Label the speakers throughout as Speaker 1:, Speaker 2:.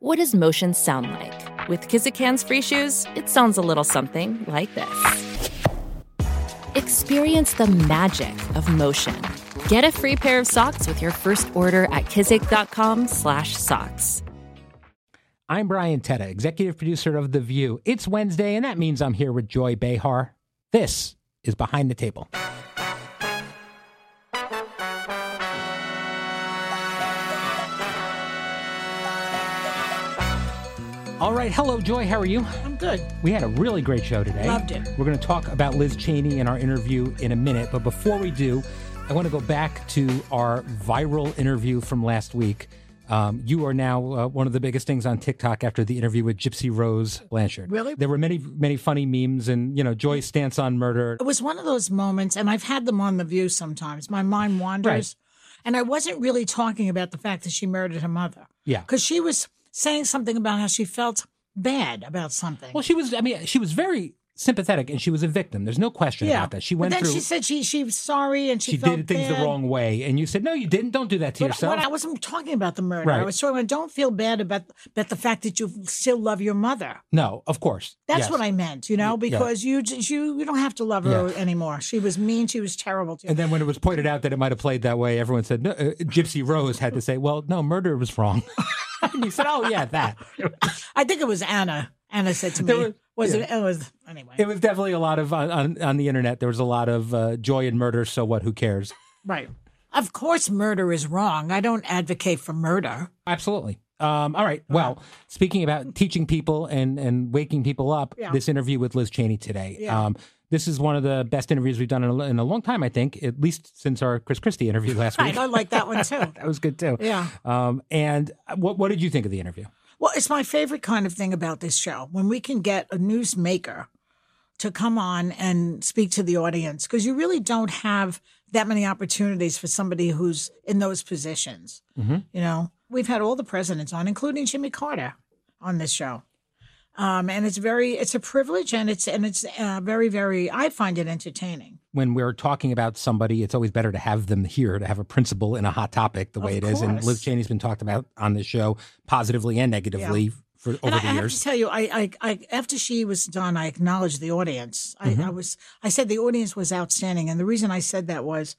Speaker 1: What does motion sound like? With Kizikans free shoes, it sounds a little something like this. Experience the magic of motion. Get a free pair of socks with your first order at kizik.com/socks.
Speaker 2: I'm Brian Tetta, executive producer of The View. It's Wednesday, and that means I'm here with Joy Behar. This is Behind the Table. All right, hello, Joy. How are you?
Speaker 3: I'm good.
Speaker 2: We had a really great show today.
Speaker 3: Loved it.
Speaker 2: We're going to talk about Liz Cheney in our interview in a minute, but before we do, I want to go back to our viral interview from last week. Um, you are now uh, one of the biggest things on TikTok after the interview with Gypsy Rose Blanchard.
Speaker 3: Really?
Speaker 2: There were many, many funny memes, and you know, Joy's stance on murder.
Speaker 3: It was one of those moments, and I've had them on The View sometimes. My mind wanders.
Speaker 2: Right.
Speaker 3: And I wasn't really talking about the fact that she murdered her mother.
Speaker 2: Yeah.
Speaker 3: Because she was saying something about how she felt bad about something.
Speaker 2: Well, she was. I mean, she was very sympathetic, and she was a victim. There's no question about that. She went
Speaker 3: but then
Speaker 2: through.
Speaker 3: she said she, she was sorry and she,
Speaker 2: she
Speaker 3: felt
Speaker 2: did things
Speaker 3: bad.
Speaker 2: the wrong way, and you said, "No, you didn't. Don't do that to
Speaker 3: But
Speaker 2: yourself."
Speaker 3: When I wasn't talking about the murder, I
Speaker 2: Right.
Speaker 3: was talking about don't feel bad about, about the fact that you still love your mother.
Speaker 2: no, of course.
Speaker 3: That's
Speaker 2: Yes.
Speaker 3: what I meant, you know, because you you j- you you don't have to love her anymore. She was mean. She was terrible to you.
Speaker 2: And then when it was pointed out that it might have played that way, everyone said, no, uh, Gypsy Rose had to say, well, no, murder was wrong. and you said, oh, yeah, that.
Speaker 3: I think it was Anna. Anna said to me,
Speaker 2: There
Speaker 3: was,
Speaker 2: was-
Speaker 3: it? It was anyway.
Speaker 2: It was definitely a lot of, on, on, on the internet, there was a lot of uh, joy in murder, so what, who cares?
Speaker 3: right. Of course, murder is wrong. I don't advocate for murder.
Speaker 2: Absolutely. Um, all right. Well, speaking about teaching people and, and waking people up,
Speaker 3: Yeah.
Speaker 2: this interview with Liz Cheney today.
Speaker 3: Yeah.
Speaker 2: Um, this is one of the best interviews we've done in a, in a long time, I think, at least since our Chris Christie interview last
Speaker 3: Right.
Speaker 2: week.
Speaker 3: I like that one too.
Speaker 2: That was good too.
Speaker 3: Yeah.
Speaker 2: Um, and what what did you think of the interview?
Speaker 3: Well, it's my favorite kind of thing about this show when we can get a newsmaker to come on and speak to the audience because you really don't have that many opportunities for somebody who's in those positions. You know, we've had all the presidents on, including Jimmy Carter, on this show. Um, and it's very, it's a privilege, and it's and it's uh, very, very. I find it entertaining.
Speaker 2: when we're talking about somebody, it's always better to have them here to have a principle in a hot topic the way it
Speaker 3: Of
Speaker 2: is. And Liz
Speaker 3: course.
Speaker 2: Cheney's been talked about on this show positively and negatively for over
Speaker 3: And
Speaker 2: the
Speaker 3: I, I have to
Speaker 2: years.
Speaker 3: tell you, I, I, I, after she was done, I acknowledged the audience. I,
Speaker 2: Mm-hmm.
Speaker 3: I was, I said the audience was outstanding, and the reason I said that was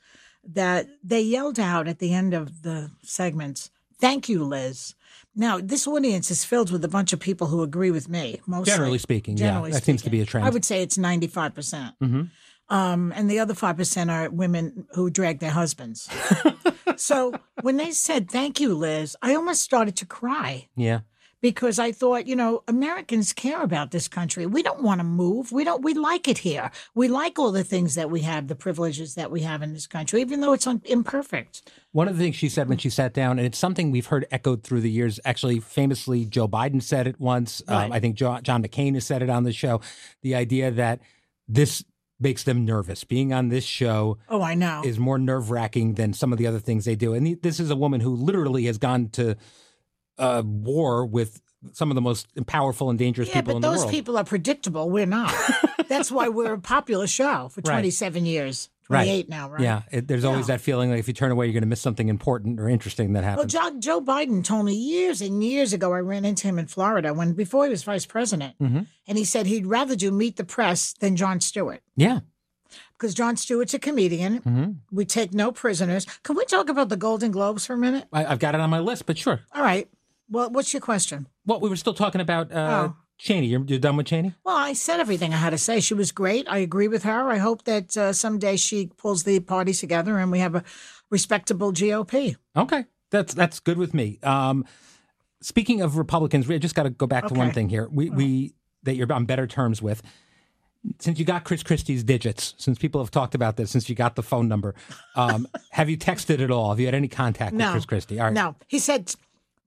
Speaker 3: that they yelled out at the end of the segments, "Thank you, Liz." Now, this audience is filled with a bunch of people who agree with me, mostly.
Speaker 2: Generally speaking,
Speaker 3: generally
Speaker 2: yeah, that seems to
Speaker 3: speaking.
Speaker 2: be a trend. Mm-hmm.
Speaker 3: I would say it's ninety-five percent. Um, and the other five percent are women who drag their husbands. so when they said "Thank you, Liz," I almost started to cry
Speaker 2: yeah,
Speaker 3: because I thought, you know, Americans care about this country. We don't want to move. We don't. We like it here. We like all the things that we have, the privileges that we have in this country, even though it's un- imperfect.
Speaker 2: one of the things she said when she sat down, and it's something we've heard echoed through the years. Actually, famously, Joe Biden said it once. Um,
Speaker 3: Right.
Speaker 2: I think jo- John McCain has said it on the show. The idea that this makes them nervous. Being on this show
Speaker 3: Oh, I know.
Speaker 2: is more nerve wracking than some of the other things they do. And th- this is a woman who literally has gone to uh, war with some of the most powerful and dangerous
Speaker 3: yeah,
Speaker 2: people
Speaker 3: but
Speaker 2: in the
Speaker 3: those
Speaker 2: world.
Speaker 3: people are predictable. We're not. That's why we're a popular show for
Speaker 2: Right.
Speaker 3: 27 years,
Speaker 2: Right.
Speaker 3: 28 now, right?
Speaker 2: Yeah, it, there's always that feeling like if you turn away, you're going to miss something important or interesting that
Speaker 3: Well,
Speaker 2: happens.
Speaker 3: Joe, Joe Biden told me years and years ago. I ran into him in Florida when before he was vice president,
Speaker 2: Mm-hmm.
Speaker 3: and he said he'd rather do meet the press than John Stewart.
Speaker 2: yeah,
Speaker 3: because John Stewart's a comedian.
Speaker 2: Mm-hmm.
Speaker 3: We take no prisoners. Can we talk about the Golden Globes for a minute?
Speaker 2: I, I've got it on my list, but sure.
Speaker 3: All right. Well, what's your question?
Speaker 2: Well, we were still talking about uh,
Speaker 3: Oh.
Speaker 2: Cheney. You're, you're done with Cheney?
Speaker 3: Well, I said everything I had to say. She was great. I agree with her. I hope that uh, someday she pulls the party together and we have a respectable GOP.
Speaker 2: Okay, that's that's good with me. Um, speaking of Republicans, we I just got to go back to one
Speaker 3: Okay.
Speaker 2: thing here. We we that you're on better terms with. Since you got Chris Christie's digits, since people have talked about this, since you got the phone number, um, have you texted at all? Have you had any contact with
Speaker 3: No.
Speaker 2: Chris Christie? All right.
Speaker 3: No, he said,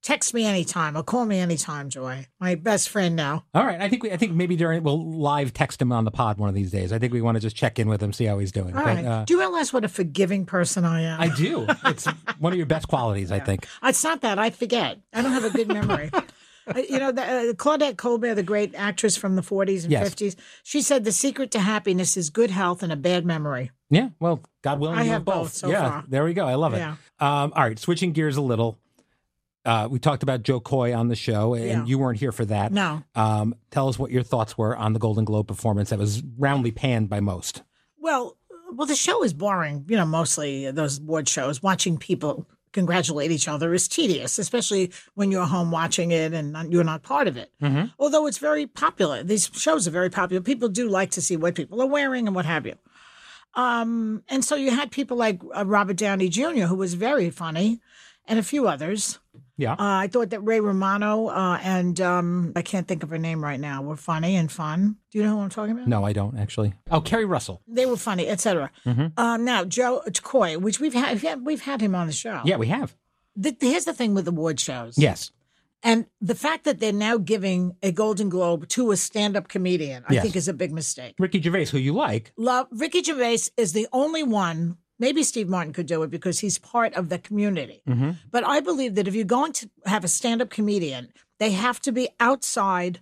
Speaker 3: text me anytime or call me anytime, Joy. My best friend now.
Speaker 2: All right. I think we, I think maybe during we'll live text him on the pod one of these days. I think we want to just check in with him, see how he's doing.
Speaker 3: All
Speaker 2: But,
Speaker 3: right.
Speaker 2: uh,
Speaker 3: Do you realize what a forgiving person I am?
Speaker 2: I do. It's one of your best qualities, I think.
Speaker 3: It's not that I forget. I don't have a good memory. I- you know, the, uh, Claudette Colbert, the great actress from the 40s and
Speaker 2: Yes.
Speaker 3: 50s, she said the secret to happiness is good health and a bad memory.
Speaker 2: Yeah. Well, God willing,
Speaker 3: I
Speaker 2: you
Speaker 3: have both so
Speaker 2: yeah.
Speaker 3: far.
Speaker 2: There we go. I love it.
Speaker 3: Yeah.
Speaker 2: Um, all right. Switching gears a little. Uh, we talked about Joe Coy on the show, and
Speaker 3: Yeah.
Speaker 2: you weren't here for that.
Speaker 3: No.
Speaker 2: Um, tell us what your thoughts were on the Golden Globe performance that was roundly panned by most.
Speaker 3: Well, uh, well, the show is boring. You know, mostly uh, those award shows. Watching people congratulate each other is tedious, especially when you're home watching it and not, you're not part of it. Although it's very popular, these shows are very popular. People do like to see what people are wearing and what have you. Um, and so you had people like uh, Robert Downey Jr., who was very funny, and a few others.
Speaker 2: Yeah.
Speaker 3: Uh, I thought that Ray Romano uh, and um, I can't think of her name right now were funny and fun. Do you know who I'm talking about?
Speaker 2: no, I don't actually. Oh, Kerry Russell.
Speaker 3: they were funny, etc.
Speaker 2: Mm-hmm.
Speaker 3: Um, now Joe Coy, which we've had yeah, we've had him on the show.
Speaker 2: Yeah, we have.
Speaker 3: The, here's the thing with award shows,
Speaker 2: Yes.
Speaker 3: and the fact that they're now giving a Golden Globe to a stand-up comedian, I
Speaker 2: Yes.
Speaker 3: think, is a big mistake.
Speaker 2: Ricky Gervais, who you like.
Speaker 3: Love Ricky Gervais is the only one. Maybe Steve Martin could do it because he's part of the community. But I believe that if you're going to have a stand-up comedian, they have to be outside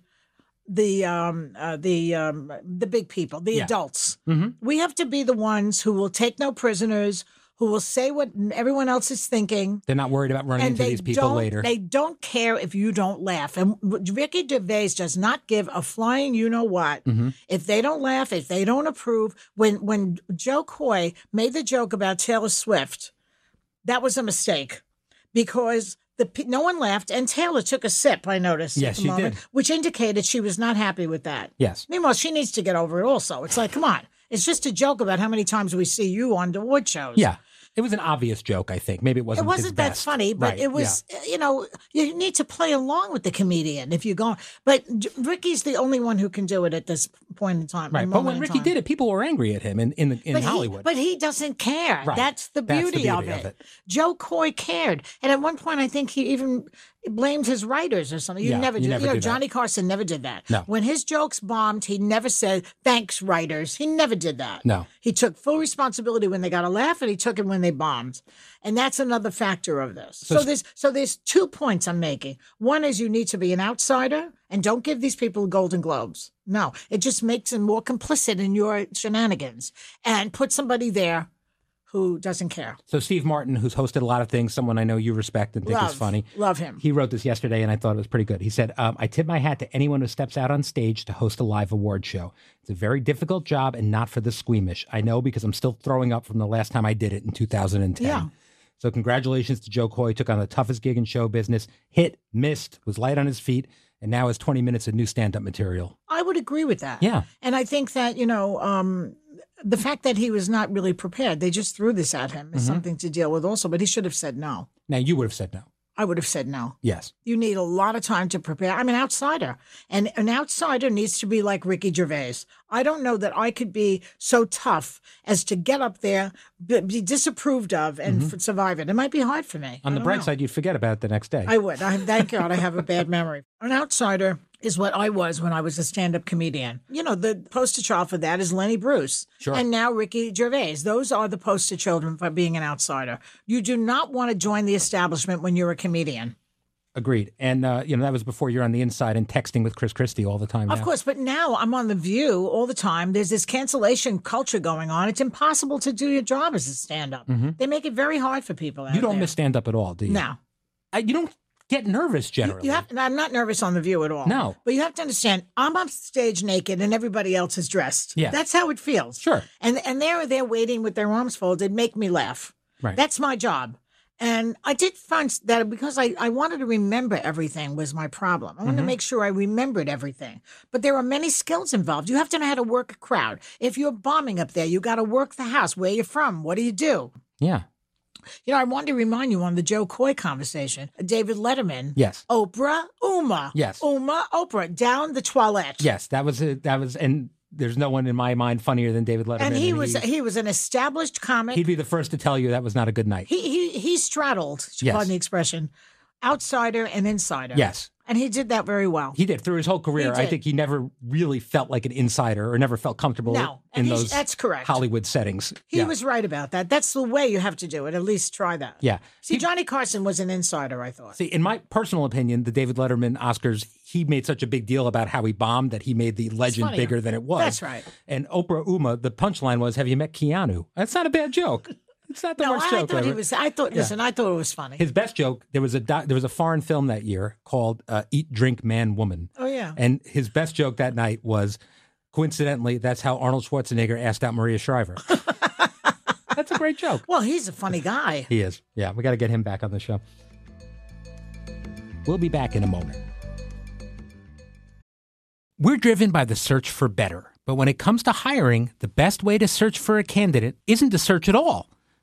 Speaker 3: the um, uh, the um, the big people, the
Speaker 2: Yeah.
Speaker 3: adults. We have to be the ones who will take no prisoners, who will say what everyone else is thinking,
Speaker 2: They're not worried about running
Speaker 3: and
Speaker 2: into
Speaker 3: they
Speaker 2: these people
Speaker 3: don't
Speaker 2: later.
Speaker 3: they don't care if you don't laugh. And Ricky Gervais does not give a flying you know what
Speaker 2: Mm-hmm.
Speaker 3: if they don't laugh, if they don't approve. When when Joe Coy made the joke about Taylor Swift, that was a mistake because. The, pe- no one laughed, and Taylor took a sip. I noticed. at
Speaker 2: Yes,
Speaker 3: the
Speaker 2: she
Speaker 3: moment,
Speaker 2: did.
Speaker 3: which indicated she was not happy with that.
Speaker 2: yes.
Speaker 3: Meanwhile, she needs to get over it also. It's like, come on. It's just a joke about how many times we see you on the award shows.
Speaker 2: Yeah. It was an obvious joke, I think. Maybe it
Speaker 3: It
Speaker 2: wasn't. his
Speaker 3: wasn't that
Speaker 2: best.
Speaker 3: funny, but
Speaker 2: Right,
Speaker 3: it was, you know, you need to play along with the comedian if you go. But J- Ricky's the only one who can do it at this point in time.
Speaker 2: yeah. Right. But when Ricky did it, people were angry at him in, in, the, in
Speaker 3: but
Speaker 2: Hollywood.
Speaker 3: He, but he doesn't care.
Speaker 2: Right.
Speaker 3: That's, the
Speaker 2: That's
Speaker 3: beauty
Speaker 2: the
Speaker 3: of,
Speaker 2: beauty
Speaker 3: it.
Speaker 2: of it.
Speaker 3: Joe Coy cared. And at one point, I think he even blamed his writers or something. You
Speaker 2: Yeah,
Speaker 3: never
Speaker 2: you
Speaker 3: do.
Speaker 2: never
Speaker 3: you know,
Speaker 2: do that.
Speaker 3: Johnny Carson never did that.
Speaker 2: No.
Speaker 3: When his jokes bombed, he never said, thanks, writers. He never did that.
Speaker 2: No.
Speaker 3: He took full responsibility when they got a laugh and he took it when they bombed. And that's another factor of this. So, there's so there's two points I'm making. One is you need to be an outsider and don't give these people golden globes. No, it just makes them more complicit in your shenanigans and put somebody there who doesn't care.
Speaker 2: So Steve Martin, who's hosted a lot of things, someone I know you respect and think
Speaker 3: Love,
Speaker 2: is funny.
Speaker 3: love him.
Speaker 2: He wrote this yesterday, and I thought it was pretty good. He said, um, "I tip my hat to anyone who steps out on stage to host a live award show. It's a very difficult job, and not for the squeamish. I know because I'm still throwing up from the last time I did it in 2010.
Speaker 3: Yeah.
Speaker 2: So congratulations to Joe Coy. Took on the toughest gig in show business. Hit, missed, was light on his feet, and now has 20 minutes of new stand-up material.
Speaker 3: I would agree with that.
Speaker 2: Yeah.
Speaker 3: And I think that, you know, um, the fact that he was not really prepared, they just threw this at him is something to deal with also, but he should have said no.
Speaker 2: Now you would have said no.
Speaker 3: I would have said no.
Speaker 2: Yes.
Speaker 3: You need a lot of time to prepare. I'm an outsider, and an outsider needs to be like Ricky Gervais. I don't know that I could be so tough as to get up there, be, be disapproved of, and f- survive it. It might be hard for me.
Speaker 2: On
Speaker 3: I
Speaker 2: the
Speaker 3: don't
Speaker 2: bright
Speaker 3: know.
Speaker 2: side, you'd forget about it the next day.
Speaker 3: I would. I thank God I have a bad memory. An outsider is what I was when I was a stand-up comedian. You know, the poster child for that is Lenny Bruce,
Speaker 2: Sure.
Speaker 3: and now Ricky Gervais. Those are the poster children for being an outsider. You do not want to join the establishment when you're a comedian.
Speaker 2: Agreed. And uh, you know that was before you're on the inside and texting with Chris Christie all the time.
Speaker 3: Of
Speaker 2: now.
Speaker 3: course, but now I'm on the view all the time. There's this cancellation culture going on. It's impossible to do your job as a stand up. They make it very hard for people. out
Speaker 2: Mm-hmm. You don't
Speaker 3: there.
Speaker 2: miss stand up at all, do you?
Speaker 3: No.
Speaker 2: I, you don't get nervous generally.
Speaker 3: You have, and I'm not nervous on the view at all.
Speaker 2: No.
Speaker 3: But you have to understand, I'm on stage naked and everybody else is dressed.
Speaker 2: Yeah.
Speaker 3: That's how it feels.
Speaker 2: Sure.
Speaker 3: And and they're there waiting with their arms folded, make me laugh.
Speaker 2: Right.
Speaker 3: That's my job. And I did find that because I, I wanted to remember everything was my problem. I wanted
Speaker 2: Mm-hmm.
Speaker 3: to make sure I remembered everything. But there are many skills involved. You have to know how to work a crowd. If you're bombing up there, you got to work the house. Where you're from? What do you do?
Speaker 2: yeah.
Speaker 3: You know, I wanted to remind you on the Joe Coy conversation, David Letterman.
Speaker 2: Yes.
Speaker 3: Oprah, Uma.
Speaker 2: Yes.
Speaker 3: Uma, Oprah, down the toilet.
Speaker 2: Yes. That was it. That was, and there's no one in my mind funnier than David Letterman.
Speaker 3: And he was he was an established comic.
Speaker 2: He'd be the first to tell you that was not a good night.
Speaker 3: he he he straddled,
Speaker 2: Yes.
Speaker 3: pardon the expression, outsider and insider.
Speaker 2: yes.
Speaker 3: And he did that very well.
Speaker 2: He did through his whole career. I
Speaker 3: did.
Speaker 2: think he never really felt like an insider or never felt comfortable
Speaker 3: No.
Speaker 2: in
Speaker 3: And he's-
Speaker 2: those
Speaker 3: that's correct.
Speaker 2: Hollywood settings.
Speaker 3: He
Speaker 2: yeah.
Speaker 3: was right about that. That's the way you have to do it. At least try that.
Speaker 2: Yeah.
Speaker 3: See, Johnny Carson was an insider, I thought.
Speaker 2: See, in my personal opinion, the David Letterman Oscars, he made such a big deal about how he bombed that he made the legend
Speaker 3: funny.
Speaker 2: bigger than it was.
Speaker 3: That's right.
Speaker 2: And Oprah Uma, the punchline was, "Have you met Keanu?" That's not a bad joke. It's not the
Speaker 3: No,
Speaker 2: worst
Speaker 3: I,
Speaker 2: joke.
Speaker 3: I thought he
Speaker 2: Robert.
Speaker 3: was. I thought. Listen, I thought it was funny.
Speaker 2: His best joke. There was a doc, there was a foreign film that year called uh, "Eat, Drink, Man, Woman."
Speaker 3: oh yeah.
Speaker 2: And his best joke that night was, coincidentally, that's how Arnold Schwarzenegger asked out Maria Shriver. that's a great joke.
Speaker 3: Well, he's a funny guy.
Speaker 2: He is. Yeah, we got to get him back on the show. We'll be back in a moment. We're driven by the search for better. But when it comes to hiring, the best way to search for a candidate isn't to search at all.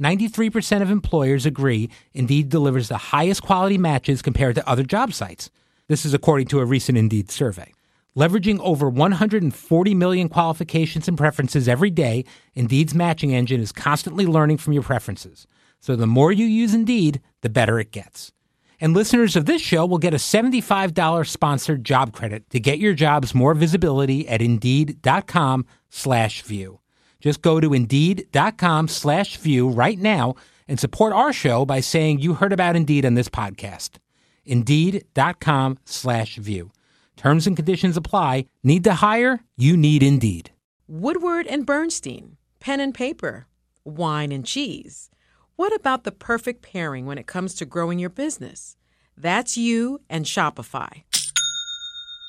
Speaker 2: 93% of employers agree Indeed delivers the highest quality matches compared to other job sites. This is according to a recent Indeed survey. Leveraging over 140 million qualifications and preferences every day, Indeed's matching engine is constantly learning from your preferences. So the more you use Indeed, the better it gets. And listeners of this show will get a $75 sponsored job credit to get your jobs more visibility at Indeed.com slash view. Just go to Indeed.com slash view right now and support our show by saying you heard about Indeed on this podcast. Indeed.com slash view. Terms and conditions apply. Need to hire? You need Indeed.
Speaker 4: Woodward and Bernstein, pen and paper, wine and cheese. What about the perfect pairing when it comes to growing your business? That's you and Shopify.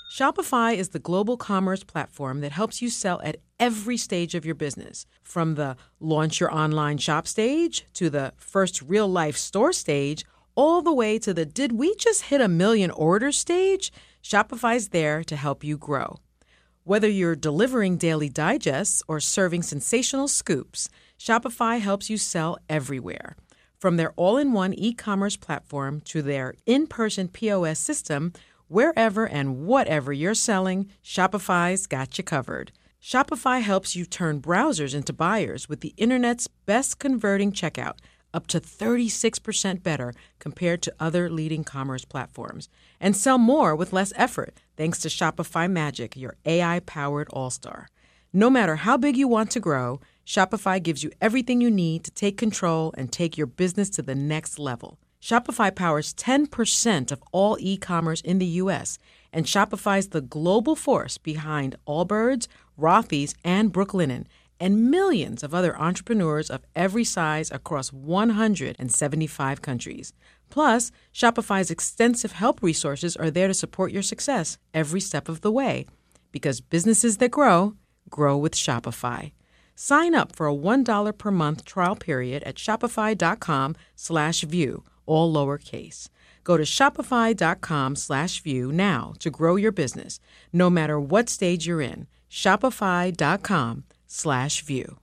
Speaker 4: Shopify is the global commerce platform that helps you sell at every stage of your business, from the launch your online shop stage to the first real life store stage, all the way to the did we just hit a million orders stage? Shopify's there to help you grow. Whether you're delivering daily digests or serving sensational scoops, Shopify helps you sell everywhere. From their all in one e commerce platform to their in person POS system, wherever and whatever you're selling, Shopify's got you covered. Shopify helps you turn browsers into buyers with the internet's best converting checkout, up to 36% better compared to other leading commerce platforms. And sell more with less effort thanks to Shopify Magic, your AI powered all star. No matter how big you want to grow, Shopify gives you everything you need to take control and take your business to the next level. Shopify powers 10% of all e commerce in the US, and Shopify's the global force behind Allbirds, Rothy's, and Brooklinen, and millions of other entrepreneurs of every size across 175 countries. Plus, Shopify's extensive help resources are there to support your success every step of the way. Because businesses that grow, grow with Shopify. Sign up for a $1 per month trial period at shopify.com slash view, all lowercase. Go to shopify.com slash view now to grow your business, no matter what stage you're in. Shopify.com slash view.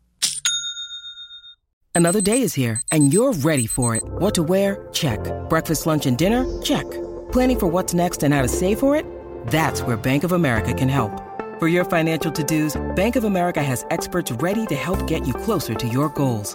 Speaker 5: Another day is here, and you're ready for it. What to wear? Check. Breakfast, lunch, and dinner? Check. Planning for what's next and how to save for it? That's where Bank of America can help. For your financial to dos, Bank of America has experts ready to help get you closer to your goals.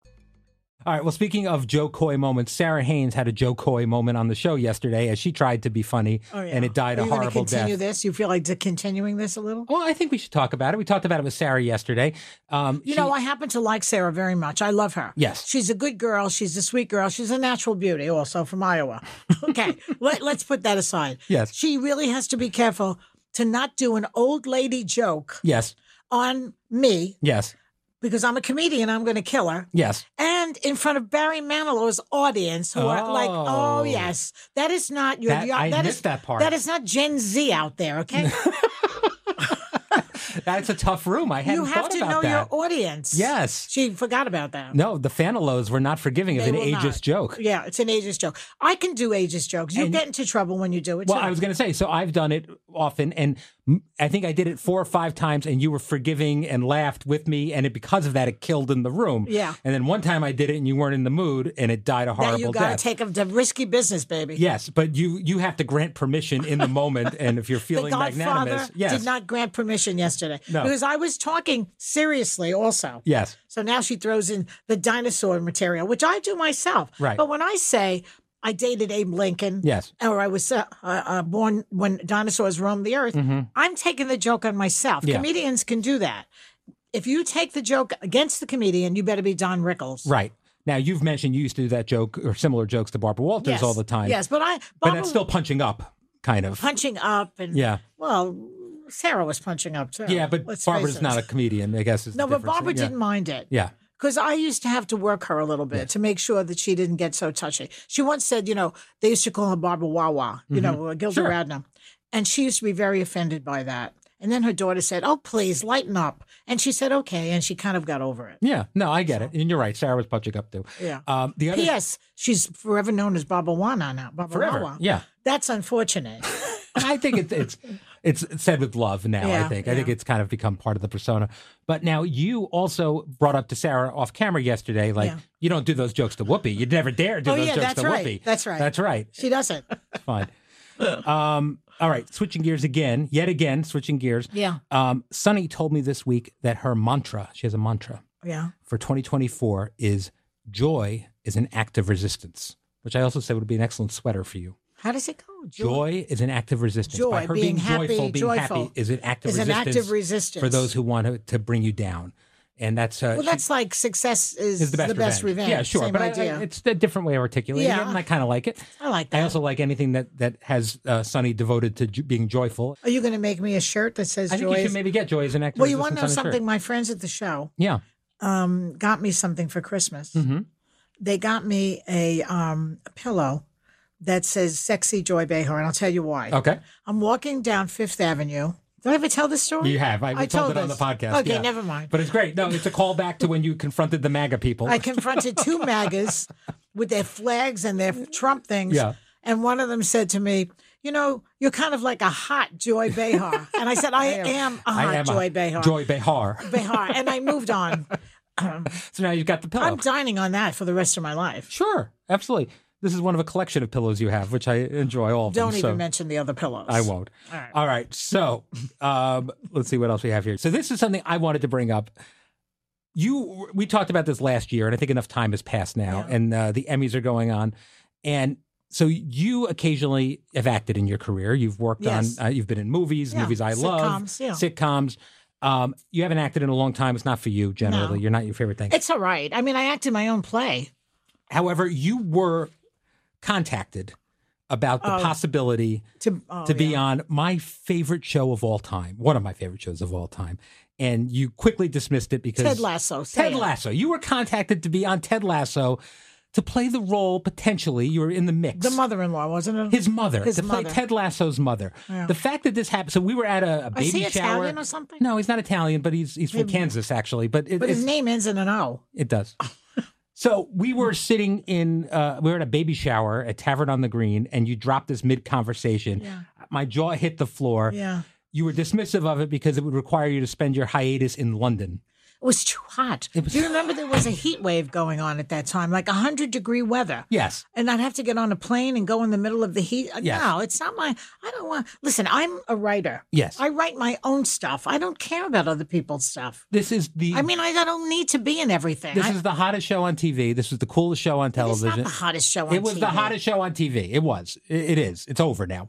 Speaker 2: All right. Well, speaking of Joe Coy moments, Sarah Haynes had a Joe Coy moment on the show yesterday as she tried to be funny
Speaker 3: Oh, yeah.
Speaker 2: and it died
Speaker 3: Are
Speaker 2: a
Speaker 3: you gonna
Speaker 2: horrible death.
Speaker 3: continue this? You feel like de- continuing this a little?
Speaker 2: Well, I think we should talk about it. We talked about it with Sarah yesterday. Um,
Speaker 3: You
Speaker 2: she-
Speaker 3: know, I happen to like Sarah very much. I love her.
Speaker 2: Yes.
Speaker 3: She's a good girl. She's a sweet girl. She's a natural beauty, also from Iowa. Okay. let, let's put that aside.
Speaker 2: Yes.
Speaker 3: She really has to be careful to not do an old lady joke
Speaker 2: yes,
Speaker 3: on me
Speaker 2: yes,
Speaker 3: because I'm a comedian. I'm going to kill her.
Speaker 2: yes.
Speaker 3: And in front of Barry Manilow's audience, who are like,
Speaker 2: Oh.
Speaker 3: oh, yes, that is not your.
Speaker 2: That-
Speaker 3: your-
Speaker 2: I
Speaker 3: that
Speaker 2: missed
Speaker 3: is-
Speaker 2: that part.
Speaker 3: That is not Gen Z out there, okay?
Speaker 2: That's a tough room. I hadn't
Speaker 3: you have
Speaker 2: thought
Speaker 3: to
Speaker 2: about
Speaker 3: know
Speaker 2: that.
Speaker 3: your audience.
Speaker 2: Yes.
Speaker 3: She forgot about that.
Speaker 2: no, the Fanilos were not forgiving of
Speaker 3: They
Speaker 2: an
Speaker 3: will
Speaker 2: ageist
Speaker 3: not.
Speaker 2: joke.
Speaker 3: Yeah, it's an ageist joke. I can do ageist jokes. You
Speaker 2: And-
Speaker 3: get into trouble when you do it.
Speaker 2: Well,
Speaker 3: too.
Speaker 2: I was going to say, so I've done it often, and m- I think I did it four or five times, and you were forgiving and laughed with me, and it because of that it killed in the room.
Speaker 3: Yeah.
Speaker 2: And then one time I did it, and you weren't in the mood, and it died a
Speaker 3: Now
Speaker 2: horrible
Speaker 3: you got to
Speaker 2: death.
Speaker 3: take them to risky business, baby.
Speaker 2: yes, but you you have to grant permission in the moment, and if you're
Speaker 3: The
Speaker 2: feeling
Speaker 3: Godfather
Speaker 2: magnanimous, yes,
Speaker 3: did not grant permission yesterday
Speaker 2: No.
Speaker 3: because I was talking seriously. Also,
Speaker 2: yes,
Speaker 3: So now she throws in the dinosaur material, which I do myself.
Speaker 2: Right.
Speaker 3: But when I say I dated Abe Lincoln,
Speaker 2: Yes.
Speaker 3: or I was uh, uh, uh, born when dinosaurs roamed the earth, I'm taking the joke on myself.
Speaker 2: Mm-hmm. Yeah.
Speaker 3: Comedians can do that. If you take the joke against the comedian, you better be Don Rickles.
Speaker 2: right. Now you've mentioned you used to do that joke or similar jokes to Barbara Walters
Speaker 3: Yes.
Speaker 2: all the time.
Speaker 3: Yes, but I
Speaker 2: but
Speaker 3: Barbara
Speaker 2: that's still punching up, kind of.
Speaker 3: punching up and
Speaker 2: Yeah.
Speaker 3: Well, Sarah was punching up too.
Speaker 2: Yeah, but
Speaker 3: Let's face
Speaker 2: Barbara's
Speaker 3: it.
Speaker 2: not a comedian, I guess. Is
Speaker 3: No,
Speaker 2: the
Speaker 3: but
Speaker 2: difference.
Speaker 3: Barbara
Speaker 2: Yeah.
Speaker 3: didn't mind it.
Speaker 2: Yeah.
Speaker 3: Because I used to have to work her a little bit to make sure that she didn't get so touchy. She once said, you know, they used to call her Barbara Wawa, you know, uh, Gilda
Speaker 2: Mm-hmm. Sure.
Speaker 3: Radner. And she used to be very offended by that. And then her daughter said, oh, please, lighten up. And she said, okay. And she kind of got over it.
Speaker 2: Yeah. No, I get it. And you're right. Sarah was punching up too.
Speaker 3: Yeah.
Speaker 2: Um, the other
Speaker 3: P.S. She's forever known as Barbara Wana now. Barbara
Speaker 2: forever.
Speaker 3: Wawa.
Speaker 2: Yeah.
Speaker 3: That's unfortunate.
Speaker 2: And I think it's it's it's said with love now. I
Speaker 3: Yeah,
Speaker 2: think I think it's kind of become part of the persona. But now you also brought up to Sarah off camera yesterday, like
Speaker 3: Yeah.
Speaker 2: you don't do those jokes to Whoopi. You'd never dare do
Speaker 3: Oh,
Speaker 2: those
Speaker 3: yeah,
Speaker 2: jokes
Speaker 3: that's
Speaker 2: to
Speaker 3: right.
Speaker 2: Whoopi.
Speaker 3: That's right.
Speaker 2: That's right.
Speaker 3: she doesn't.
Speaker 2: It's fine. um, all right. Switching gears again, yet again, switching gears.
Speaker 3: Yeah.
Speaker 2: Um, Sunny told me this week that her mantra, she has a mantra
Speaker 3: Yeah.
Speaker 2: for 2024 is joy is an act of resistance, which I also said would be an excellent sweater for you.
Speaker 3: How does it go?
Speaker 2: Joy Uh, is an act of resistance.
Speaker 3: Joy,
Speaker 2: By her
Speaker 3: being
Speaker 2: being,
Speaker 3: happy,
Speaker 2: joyful, being happy
Speaker 3: joyful
Speaker 2: is an act of
Speaker 3: is an
Speaker 2: resistance.
Speaker 3: act of resistance.
Speaker 2: for those who want to, to bring you down, and that's uh,
Speaker 3: Well, that's like success is,
Speaker 2: is the best,
Speaker 3: revenge.
Speaker 2: Yeah, sure,
Speaker 3: Same
Speaker 2: but I- I-
Speaker 3: idea. I,
Speaker 2: it's a different way of articulating
Speaker 3: Yeah.
Speaker 2: it, and I kind of like it.
Speaker 3: like that.
Speaker 2: I also like anything that that has uh, Sunny devoted to j- being joyful.
Speaker 3: Are you going to make me a shirt that says
Speaker 2: I think
Speaker 3: joy?
Speaker 2: you
Speaker 3: is-
Speaker 2: should maybe get joy as an act.
Speaker 3: well,
Speaker 2: of
Speaker 3: you want to know
Speaker 2: resistance on a shirt.
Speaker 3: something? My friends at the show
Speaker 2: Yeah.
Speaker 3: um, got me something for Christmas.
Speaker 2: Mm-hmm.
Speaker 3: They got me a, um, a pillow that says "Sexy Joy Behar," and I'll tell you why.
Speaker 2: Okay.
Speaker 3: I'm walking down Fifth Avenue. Did I ever tell this story?
Speaker 2: You have. I, we told, it on the
Speaker 3: this.
Speaker 2: podcast.
Speaker 3: Okay,
Speaker 2: yeah.
Speaker 3: never mind.
Speaker 2: But it's great. No, it's a callback to when you confronted the MAGA people.
Speaker 3: I confronted two MAGAs with their flags and their Trump things.
Speaker 2: Yeah.
Speaker 3: And one of them said to me, You know, you're kind of like a hot Joy Behar. And I said, I, am a hot
Speaker 2: I am
Speaker 3: Joy
Speaker 2: a
Speaker 3: Behar.
Speaker 2: Joy Behar.
Speaker 3: Behar. And I moved on.
Speaker 2: So now you've got the pillow.
Speaker 3: I'm dining on that for the rest of my life.
Speaker 2: Sure, absolutely. This is one of a collection of pillows you have, which I enjoy all of
Speaker 3: Don't
Speaker 2: them.
Speaker 3: even
Speaker 2: so
Speaker 3: mention the other pillows.
Speaker 2: I won't. All right. So um, let's see what else we have here. So this is something I wanted to bring up. You, we talked about this last year, and I think enough time has passed now, and uh, the Emmys are going on, and so you occasionally have acted in your career. You've worked
Speaker 3: Yes.
Speaker 2: on, uh, you've been in movies,
Speaker 3: Yeah,
Speaker 2: movies I love,
Speaker 3: sitcoms, yeah.
Speaker 2: sitcoms. Um, you haven't acted in a long time. It's not for you generally. You're not your favorite thing.
Speaker 3: It's all right. I mean, I acted my own play.
Speaker 2: However, you were contacted about
Speaker 3: Oh.
Speaker 2: the possibility
Speaker 3: To, oh,
Speaker 2: to be on my favorite show of all time, one of my favorite shows of all time, and you quickly dismissed it because
Speaker 3: Ted Lasso. say
Speaker 2: Ted
Speaker 3: it.
Speaker 2: Lasso. You were contacted to be on Ted Lasso to play the role potentially. You were in the mix.
Speaker 3: The mother in law, wasn't it?
Speaker 2: his mother,
Speaker 3: His
Speaker 2: to play
Speaker 3: mother.
Speaker 2: Ted Lasso's mother. The fact that this happened, so we were at a, a baby
Speaker 3: Is he
Speaker 2: shower.
Speaker 3: Italian or something?
Speaker 2: No, he's not Italian, but he's he's from Kansas actually. But, it,
Speaker 3: But
Speaker 2: it's-
Speaker 3: his name ends in an O.
Speaker 2: it does. so we were sitting in, uh, we were at a baby shower at Tavern on the Green, and you dropped this mid conversation. My jaw hit the floor.
Speaker 3: Yeah.
Speaker 2: You were dismissive of it because it would require you to spend your hiatus in London.
Speaker 3: It was too hot. Do you remember there was a heat wave going on at that time, like 100 degree weather?
Speaker 2: Yes.
Speaker 3: and I'd have to get on a plane and go in the middle of the heat. Uh,
Speaker 2: Yes.
Speaker 3: No, it's not my. I don't want. Listen, I'm a writer.
Speaker 2: Yes.
Speaker 3: I write my own stuff. I don't care about other people's stuff.
Speaker 2: This is the.
Speaker 3: I mean, I, I don't need to be in everything.
Speaker 2: this
Speaker 3: I,
Speaker 2: is the hottest show on TV. This was the coolest show on
Speaker 3: it's
Speaker 2: television.
Speaker 3: not the hottest show. On
Speaker 2: it was the
Speaker 3: TV.
Speaker 2: hottest show on TV. It was. It, it is. It's over now.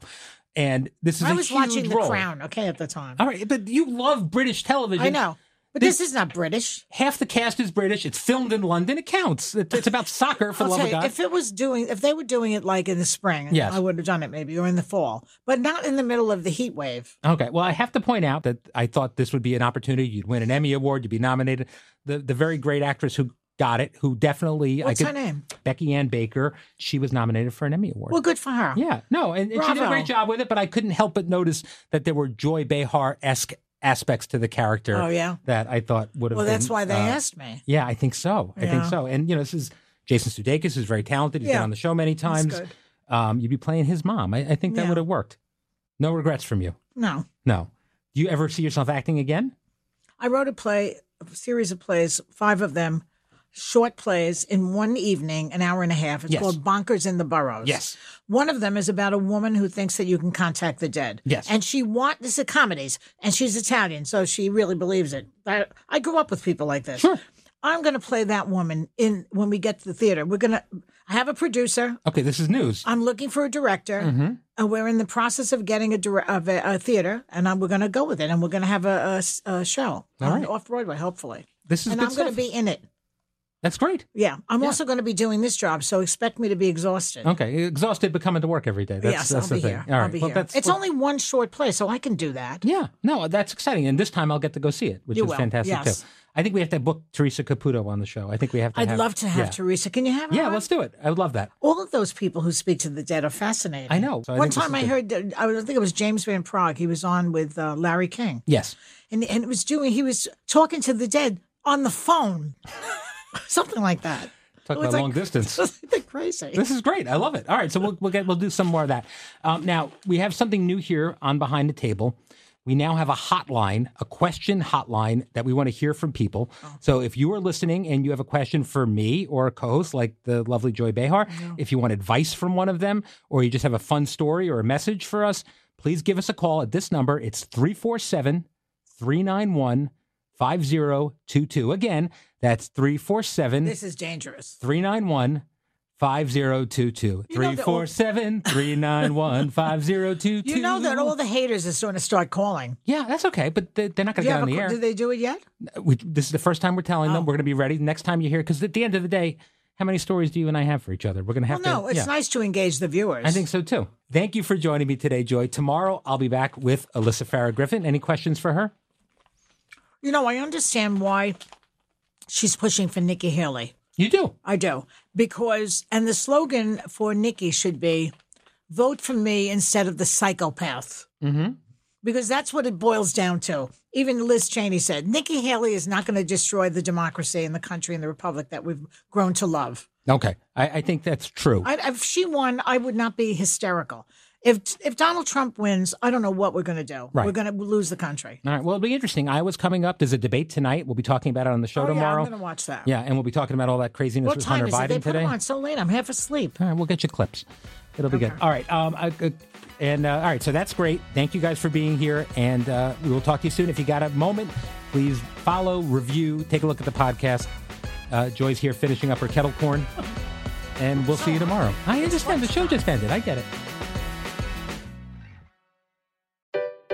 Speaker 2: And this is
Speaker 3: I
Speaker 2: a
Speaker 3: was
Speaker 2: huge
Speaker 3: watching The
Speaker 2: role.
Speaker 3: Crown. Okay, at the time.
Speaker 2: All right, but you love British television.
Speaker 3: I know, but this, is not British.
Speaker 2: Half the cast is British. It's filmed in London. It counts. It- it's about soccer for
Speaker 3: I'll
Speaker 2: love
Speaker 3: tell
Speaker 2: of
Speaker 3: you,
Speaker 2: God.
Speaker 3: if it was doing, if they were doing it like in the spring,
Speaker 2: Yes.
Speaker 3: I would have done it maybe or in the fall, but not in the middle of the heat wave.
Speaker 2: Okay. Well, I have to point out that I thought this would be an opportunity. You'd win an Emmy Award. You'd be nominated. The the very great actress who got it, who definitely
Speaker 3: What's
Speaker 2: I
Speaker 3: her
Speaker 2: could,
Speaker 3: name?
Speaker 2: Becky Ann Baker. She was nominated for an Emmy Award.
Speaker 3: Well, good for her.
Speaker 2: yeah. No, and, and she did a
Speaker 3: Bravo.
Speaker 2: great job with it. But I couldn't help but notice that there were Joy Behar esque aspects to the character.
Speaker 3: Oh, yeah?
Speaker 2: That I thought would have.
Speaker 3: Well, that's
Speaker 2: been,
Speaker 3: why they
Speaker 2: uh,
Speaker 3: asked me.
Speaker 2: Yeah, I think so. I think
Speaker 3: Yeah.
Speaker 2: so. And you know, this is Jason Sudeikis, who's very talented. He's been
Speaker 3: Yeah.
Speaker 2: on the show many times.
Speaker 3: good.
Speaker 2: Um, you'd be playing his mom. I, I think that
Speaker 3: Yeah.
Speaker 2: would have worked. No regrets from you.
Speaker 3: No,
Speaker 2: No. Do you ever see yourself acting again?
Speaker 3: I wrote a play, a series of plays, five of them, short plays in one evening, an hour and a half. It's
Speaker 2: Yes.
Speaker 3: called Bonkers in the Burrows.
Speaker 2: Yes.
Speaker 3: One of them is about a woman who thinks that you can contact the dead.
Speaker 2: Yes.
Speaker 3: And she wants, this is comedies, and she's Italian, so she really believes it. I, I grew up with people like this. Sure. I'm going to play that woman in when we get to the theater. We're going to, I have a producer.
Speaker 2: Okay, this is news.
Speaker 3: I'm looking for a director,
Speaker 2: Mm-hmm.
Speaker 3: and we're in the process of getting a, dire- of a, a theater, and I'm, we're going to go with it, and we're going to have a- a, s- a show on-
Speaker 2: right.
Speaker 3: off Broadway, hopefully.
Speaker 2: This is
Speaker 3: and
Speaker 2: good
Speaker 3: I'm going to
Speaker 2: stuff.
Speaker 3: be in it.
Speaker 2: That's great.
Speaker 3: Yeah, I'm also going to be doing this job, so expect me to be exhausted.
Speaker 2: Okay, exhausted but coming to work every day. That's,
Speaker 3: yes,
Speaker 2: that's
Speaker 3: I'll
Speaker 2: the
Speaker 3: be
Speaker 2: thing.
Speaker 3: here.
Speaker 2: All right,
Speaker 3: I'll be
Speaker 2: well,
Speaker 3: here.
Speaker 2: that's
Speaker 3: It's
Speaker 2: well,
Speaker 3: only one short play, so I can do that.
Speaker 2: Yeah, no, that's exciting, and this time I'll get to go see it, which
Speaker 3: You
Speaker 2: is
Speaker 3: will,
Speaker 2: fantastic
Speaker 3: yes.
Speaker 2: too. I think we have to book Teresa Caputo on the show. I think we have to.
Speaker 3: I'd
Speaker 2: have,
Speaker 3: love to have
Speaker 2: yeah.
Speaker 3: Teresa. Can you have her?
Speaker 2: Yeah,
Speaker 3: on?
Speaker 2: let's do it. I would love that.
Speaker 3: All of those people who speak to the dead are fascinating.
Speaker 2: I know. So I
Speaker 3: One
Speaker 2: think this
Speaker 3: time
Speaker 2: is
Speaker 3: I
Speaker 2: good.
Speaker 3: heard, that- I think it was James Van Prague. He was on with uh, Larry King.
Speaker 2: Yes.
Speaker 3: and and it was doing he was talking to the dead on the phone, something like that.
Speaker 2: Talk about
Speaker 3: It was like-
Speaker 2: long distance.
Speaker 3: They're crazy.
Speaker 2: This is great. I love it. All right, so we'll we'll get we'll do some more of that. Um, now we have something new here on behind the table. We now have a hotline, a question hotline that we want to hear from people. So if you are listening and you have a question for me or a co-host like the lovely Joy Behar, if you want advice from one of them or you just have a fun story or a message for us, please give us a call at this number. It's 347 391 5022. Again, that's 347
Speaker 3: This is dangerous.
Speaker 2: 391 5022.
Speaker 3: You know that all-
Speaker 2: 347 391 5022.
Speaker 3: You know that all the haters are going to start calling.
Speaker 2: Yeah, that's okay, but they- they're not going to
Speaker 3: Do you
Speaker 2: get
Speaker 3: have
Speaker 2: on
Speaker 3: a
Speaker 2: the
Speaker 3: qu-
Speaker 2: air.
Speaker 3: Did they Oh. do it yet?
Speaker 2: We- this is the first time we're telling them. We're going to be ready next time you hear, because at the end of the day, how many stories do you and I have for each other? We're going to
Speaker 3: Well,
Speaker 2: have to.
Speaker 3: no. It's
Speaker 2: yeah.
Speaker 3: nice to engage the viewers.
Speaker 2: I think so too. Thank you for joining me today, Joy. Tomorrow I'll be back with Alyssa Farah Griffin. Any questions for her?
Speaker 3: you know. I understand why she's pushing for Nikki Haley.
Speaker 2: You do.
Speaker 3: I do because and the slogan for Nikki should be, "Vote for me instead of the psychopath." Mm-hmm. Because that's what it boils down to. Even Liz Cheney said Nikki Haley is not going to destroy the democracy in the country and the republic that we've grown to love.
Speaker 2: Okay. I, I think that's true.
Speaker 3: I, if she won, I would not be hysterical. If if Donald Trump wins, I don't know what we're going to do.
Speaker 2: Right.
Speaker 3: We're going to lose the country.
Speaker 2: All right. Well, it'll be interesting. Iowa's coming up. There's a debate tonight. We'll be talking about it on the show
Speaker 3: Oh, yeah, I'm
Speaker 2: tomorrow.
Speaker 3: going to watch that.
Speaker 2: Yeah, and we'll be talking about all that craziness
Speaker 3: What
Speaker 2: with
Speaker 3: time
Speaker 2: Hunter
Speaker 3: is
Speaker 2: Biden
Speaker 3: it? They put
Speaker 2: today.
Speaker 3: them on so late. I'm half asleep.
Speaker 2: All right, we'll get you clips. It'll be good. All right. Um, I, uh, and uh, all right, so that's great. Thank you guys for being here, and uh, we will talk to you soon. If you got a moment, please follow, review, take a look at the podcast. Uh, Joy's here finishing up her kettle corn, and we'll see
Speaker 3: Oh.
Speaker 2: you tomorrow. I understand the show just ended. I get it.